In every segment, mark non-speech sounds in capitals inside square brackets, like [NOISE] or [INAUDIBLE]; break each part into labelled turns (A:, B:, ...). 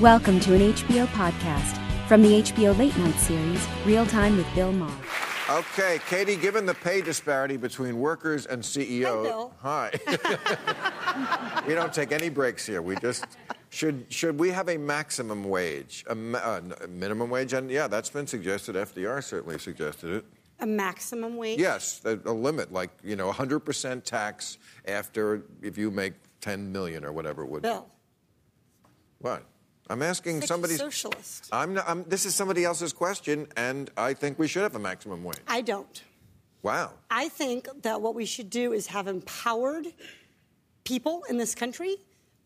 A: Welcome to an HBO podcast from the HBO Late Night series, Real Time with Bill Maher.
B: Okay, Katie, given the pay disparity between workers and CEOs.
C: Bill.
B: Hi. [LAUGHS] we don't take any breaks here. We just. Should, should we have a maximum wage? A, ma- uh, n- a minimum wage? And yeah, that's been suggested. FDR certainly suggested it.
C: A maximum wage?
B: Yes, a, a limit, like, you know, 100% tax after if you make 10 million or whatever it would be.
C: Bill,
B: What? I'm asking
C: such
B: somebody.
C: a socialist.
B: I'm not, I'm, this is somebody else's question, and I think we should have a maximum wage.
C: I don't.
B: Wow.
C: I think that what we should do is have empowered people in this country,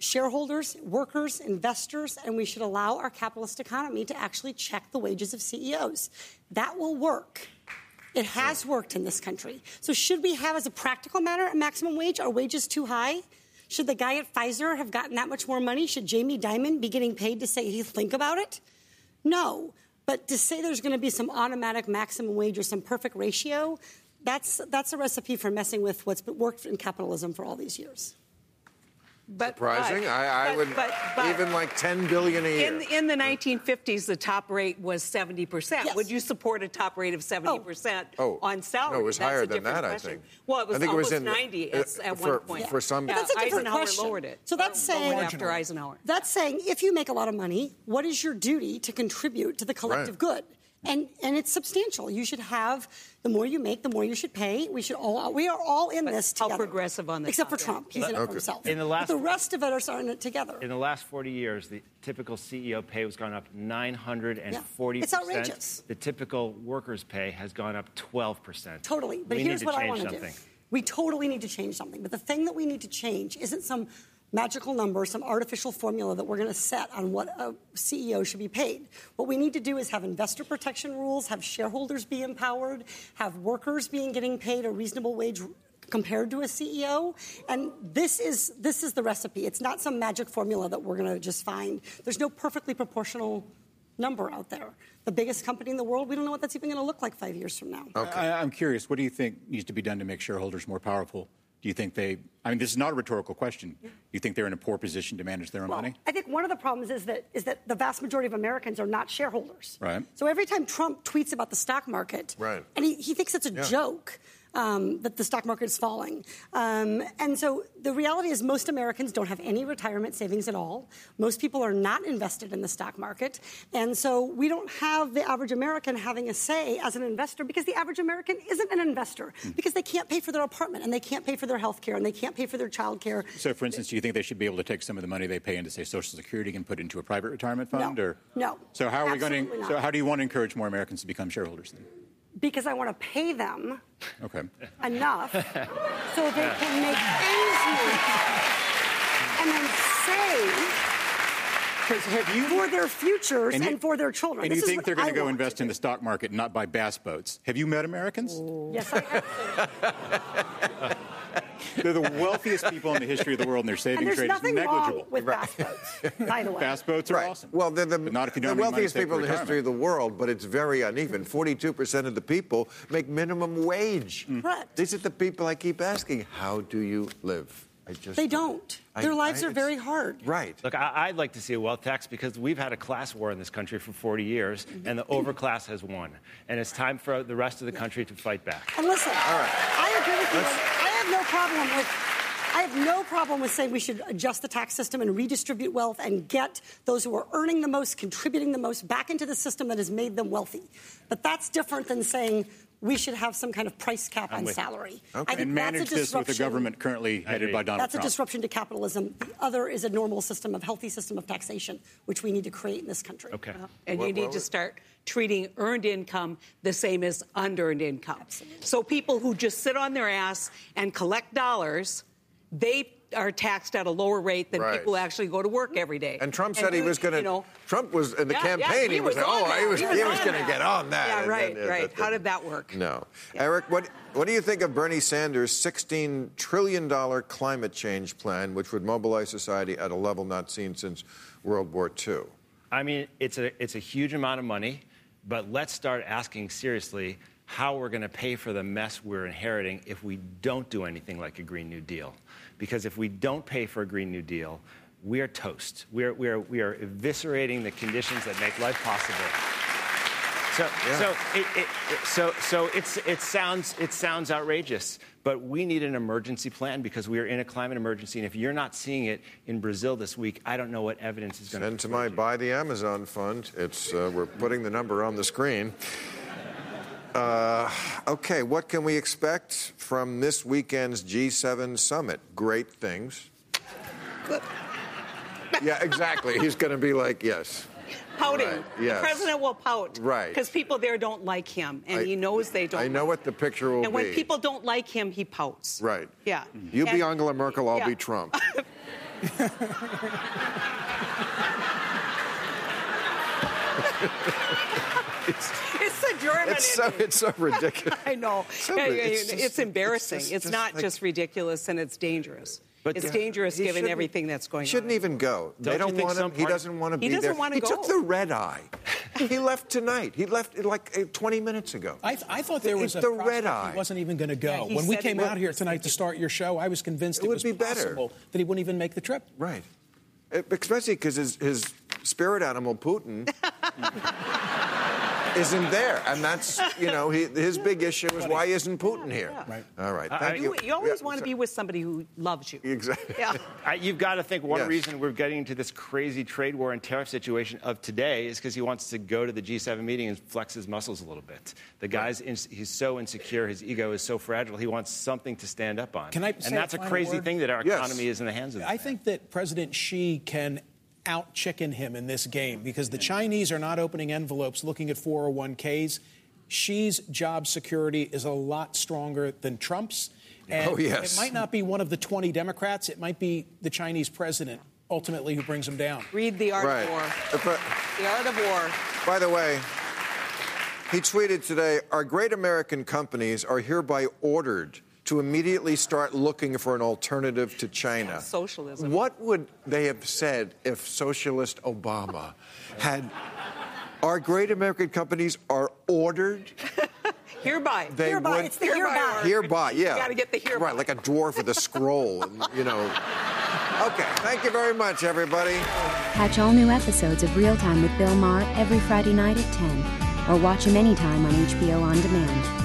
C: shareholders, workers, investors, and we should allow our capitalist economy to actually check the wages of CEOs. That will work. It has worked in this country. So, should we have, as a practical matter, a maximum wage? Are wages too high? Should the guy at Pfizer have gotten that much more money? Should Jamie Dimon be getting paid to say he think about it? No. But to say there's going to be some automatic maximum wage or some perfect ratio, that's, that's a recipe for messing with what's been- worked in capitalism for all these years.
D: But,
B: Surprising.
D: but-
B: I, I
D: but-
B: would
D: but- but
B: even like 10 billion a year.
D: in in the 1950s, the top rate was 70 percent.
C: Yes.
D: Would you support a top rate of 70 percent
B: Oh.
D: on salary?
B: No, it was
D: That's a
B: higher than
D: different
B: that, I
D: question.
B: think.
D: Well, it was
B: I think it was
D: almost
B: in the-
D: 90 at,
B: uh,
D: at
B: for-
D: one point.
B: for some-
D: Yeah,
C: But that's a different
D: Eisenhower
C: question.
D: lowered it.
C: So that's
D: Or lowered
C: saying-
D: after Eisenhower.
C: That's saying if you make a lot of money, what is your duty to contribute to the collective
B: Right.
C: good? And and it's substantial. You should have the more you make, the more you should pay. We should all we are all in this
D: how
C: together.
D: progressive on the
C: except for
D: top, yeah.
C: Trump, he's in it for himself.
E: In the
C: But
E: last-
C: the rest of us are in it together.
E: In the last 40 years, the typical CEO pay has gone up 940
C: Yeah, it's outrageous.
E: The typical workers' pay has gone up 12 percent.
C: Totally. But
E: we
C: here's
E: need to
C: what I
E: change
C: want to do.
E: something.
C: We totally need to change something. But the thing that we need to change isn't some magical number, some artificial formula that we're going to set on what a CEO should be paid. What we need to do is have investor protection rules, have shareholders be empowered, have workers being getting paid a reasonable wage compared to a CEO. And this is this is the recipe. It's not some magic formula that we're going to just find. There's no perfectly proportional number out there. The biggest company in the world, we don't know what that's even going to look like 5 years from now.
F: I, I'm curious. What do you think needs to be done to make shareholders more powerful? Do you think they? I mean, this is not a rhetorical question. Do you think they're in a poor position to manage their own
C: Well,
F: money?
C: I think one of the problems is that is that the vast majority of Americans are not shareholders.
F: Right.
C: So every time Trump tweets about the stock market,
B: Right.
C: and he, he thinks it's a
B: Yeah.
C: joke um, that the stock market is falling. Um, and so the reality is most Americans don't have any retirement savings at all. Most people are not invested in the stock market. And so we don't have the average American having a say as an investor because the average American isn't an investor
F: Hmm.
C: because they can't pay for their apartment and they can't pay for their health care and they can't pay for their child care.
F: So, for instance, do you think they should be able to take some of the money they pay into, say, Social Security, and put into a private retirement fund?
C: No.
F: Or
C: No.
F: So, how are we going
C: Absolutely
F: to?
C: not.
F: So, how do you want to encourage more Americans to become shareholders? Then?
C: because I want to pay them
F: Okay.
C: enough so they can make ends meet and then save
F: Because have you?
C: for their futures and,
F: you-
C: for their children.
F: And
C: This
F: you
C: is
F: think
C: what
F: they're going
C: I
F: to go
C: want
F: invest
C: to
F: in the stock market, not buy bass boats? Have you met Americans?
C: do. Yes,
F: [LAUGHS]
C: I have.
F: They're the wealthiest people in the history of the world, and their
C: and
F: savings
C: there's
F: rate is
C: nothing
F: negligible.
C: wrong with bass boats, by
F: [LAUGHS]
C: the way.
F: bass boats are
B: Right.
F: awesome.
B: Well, they're the,
F: But not if you
B: the
F: don't have any money
B: wealthiest
F: saved for
B: people in the history
F: retirement.
B: of the world, but it's very uneven. 42% of the people make minimum wage.
F: Mm.
C: Correct.
B: These are the people I keep asking, how do you live? I just
C: They don't. Their lives are
B: it's-
C: very hard.
B: Right.
E: Look, I, I'd like to see a wealth tax because we've had a class war in this country for 40 years,
C: Mm-hmm.
E: and the overclass has won. And it's time for the rest of the country to fight back.
C: And listen,
B: right.
C: I agree with you.
B: Let's-
C: I have no problem with. I have no problem with saying we should adjust the tax system and redistribute wealth and get those who are earning the most, contributing the most, back into the system that has made them wealthy. But that's different than saying we should have some kind of price cap on
E: with you.
C: salary.
B: Okay.
C: I think
F: and
C: that's a
F: manage this with a
C: disruption-
F: government currently headed by Donald
C: That's a
F: Trump.
C: disruption to capitalism. The other is a normal system of healthy system of taxation, which we need to create in this country. Uh-huh.
E: Okay.
D: And
B: What-
D: you need
B: what
D: to
B: was-
D: start treating earned income the same as unearned income. So people who just sit on their ass and collect dollars, they are taxed at a lower rate than
B: Right.
D: people who actually go to work every day.
B: And Trump said he
D: we-
B: was going to.
D: you know,
B: Trump was in the
D: Yeah, yeah,
B: campaign. he,
D: he
B: was,
D: was
B: oh,
D: on
B: he
D: that.
B: was, he
D: He
B: was,
D: was on
B: going to
D: that.
B: get on that.
D: Yeah,
B: And
D: right,
B: then, uh,
D: right.
B: that
D: How
B: didn't-
D: did that work?
B: No, Eric. What What do you think of Bernie Sanders' sixteen trillion dollar climate change plan, which would mobilize society at a level not seen since World War II?
E: I mean, it's a, it's a huge amount of money, but let's start asking seriously how we're going to pay for the mess we're inheriting if we don't do anything like a Green New Deal. Because if we don't pay for a Green New Deal, we are toast. We are, we are, we are eviscerating the conditions that make life possible. So, so, it, it, it- so, so it's, it, sounds, it sounds outrageous, but we need an emergency plan because we are in a climate emergency. And if you're not seeing it in Brazil this week, I don't know what evidence is going
B: And to my Buy the Amazon fund, it's, uh, we're putting the number on the screen. Uh, okay, what can we expect from this weekend's G7 summit? Great things. yeah, exactly. He's going to be like, yes.
D: Pouting.
B: Right, yes.
D: The president will pout.
B: Right.
D: Because people there don't like him, and
B: I-
D: he knows they don't.
B: I know
D: like
B: what the picture will
D: him. And when
B: be.
D: people don't like him, he pouts.
B: Right.
D: Yeah.
B: You be
D: And-
B: Angela Merkel, I'll
D: yeah.
B: be
D: [LAUGHS]
B: Trump.
D: It's the German.
B: It's so,
D: in me.
B: it's so ridiculous.
D: [LAUGHS] I know.
B: So
D: Yeah, yeah,
B: ri- it's
D: it's,
B: just- it's
D: embarrassing.
B: just-
D: It's,
B: just
D: not
B: like-
D: just ridiculous, and it's dangerous. But it's
B: Yeah.
D: dangerous
B: He
D: given
B: shouldn't-
D: everything that's going
B: Shouldn't
D: on.
B: even go. they
E: you
B: don't
E: think
B: want him.
E: some
B: He
E: part-
B: doesn't want to
D: He
B: be
D: doesn't
B: there.
D: wanna
B: he took
D: go.
B: the red eye. he left tonight. He left like eh, 20 minutes ago.
G: I, th- I thought there
B: It's
G: was a
B: the
G: prospect
B: red eye.
G: He wasn't even going to go.
D: Yeah, he
G: when we
D: said he
G: came
D: wasn't.
G: out here tonight to start your show, I was convinced
B: It
G: it,
B: would
G: was
B: be better.
G: possible that he wouldn't even make the trip.
B: Right. Eh, Especially because his, his spirit animal,
D: [LAUGHS]
B: Putin, isn't there. And that's, you know, he, his big issue is why isn't Putin here?
G: Right.
B: All right.
E: I-
B: Thank
E: I-
B: you.
D: Uh, You, you always
B: Yeah,
D: want to
B: sorry.
D: be with somebody who loves you.
B: Exactly.
D: Yeah.
E: I, you've got to think one
B: Yes.
E: reason we're getting into this crazy trade war and tariff situation of today is because he wants to go to the G7 meeting and flex his muscles a little bit. The guy's in, he's so insecure, his ego is so fragile, he wants something to stand up on.
G: Can I say
E: and
G: a
E: that's a
G: final
E: crazy
G: word?
E: thing that our
B: Yes.
E: economy is in the hands of.
G: I think that President Xi can out chicken him in this game because the Chinese are not opening envelopes looking at 401ks. Xi's job security is a lot stronger than Trump's. And
B: Oh, yes.
G: it might not be one of the 20 Democrats, it might be the Chinese president ultimately who brings him down.
D: Read The Art
B: Right.
D: of War.
B: Eh, but-
D: The Art of War.
B: By the way, he tweeted today Our great American companies are hereby ordered to immediately start looking for an alternative to China.
D: Yeah, socialism.
B: What would they have said if socialist Obama had. Our great American companies are ordered
D: Hereby.
B: They
D: hereby.
B: would-
D: It's the hereby. order.
B: hereby. Yeah,
D: You got to get the hereby.
B: Right, like a dwarf with a scroll, and, you know. Okay, thank you very much, everybody.
A: Catch all new episodes of Real Time with Bill Maher every Friday night at 10, or watch him anytime on HBO On Demand.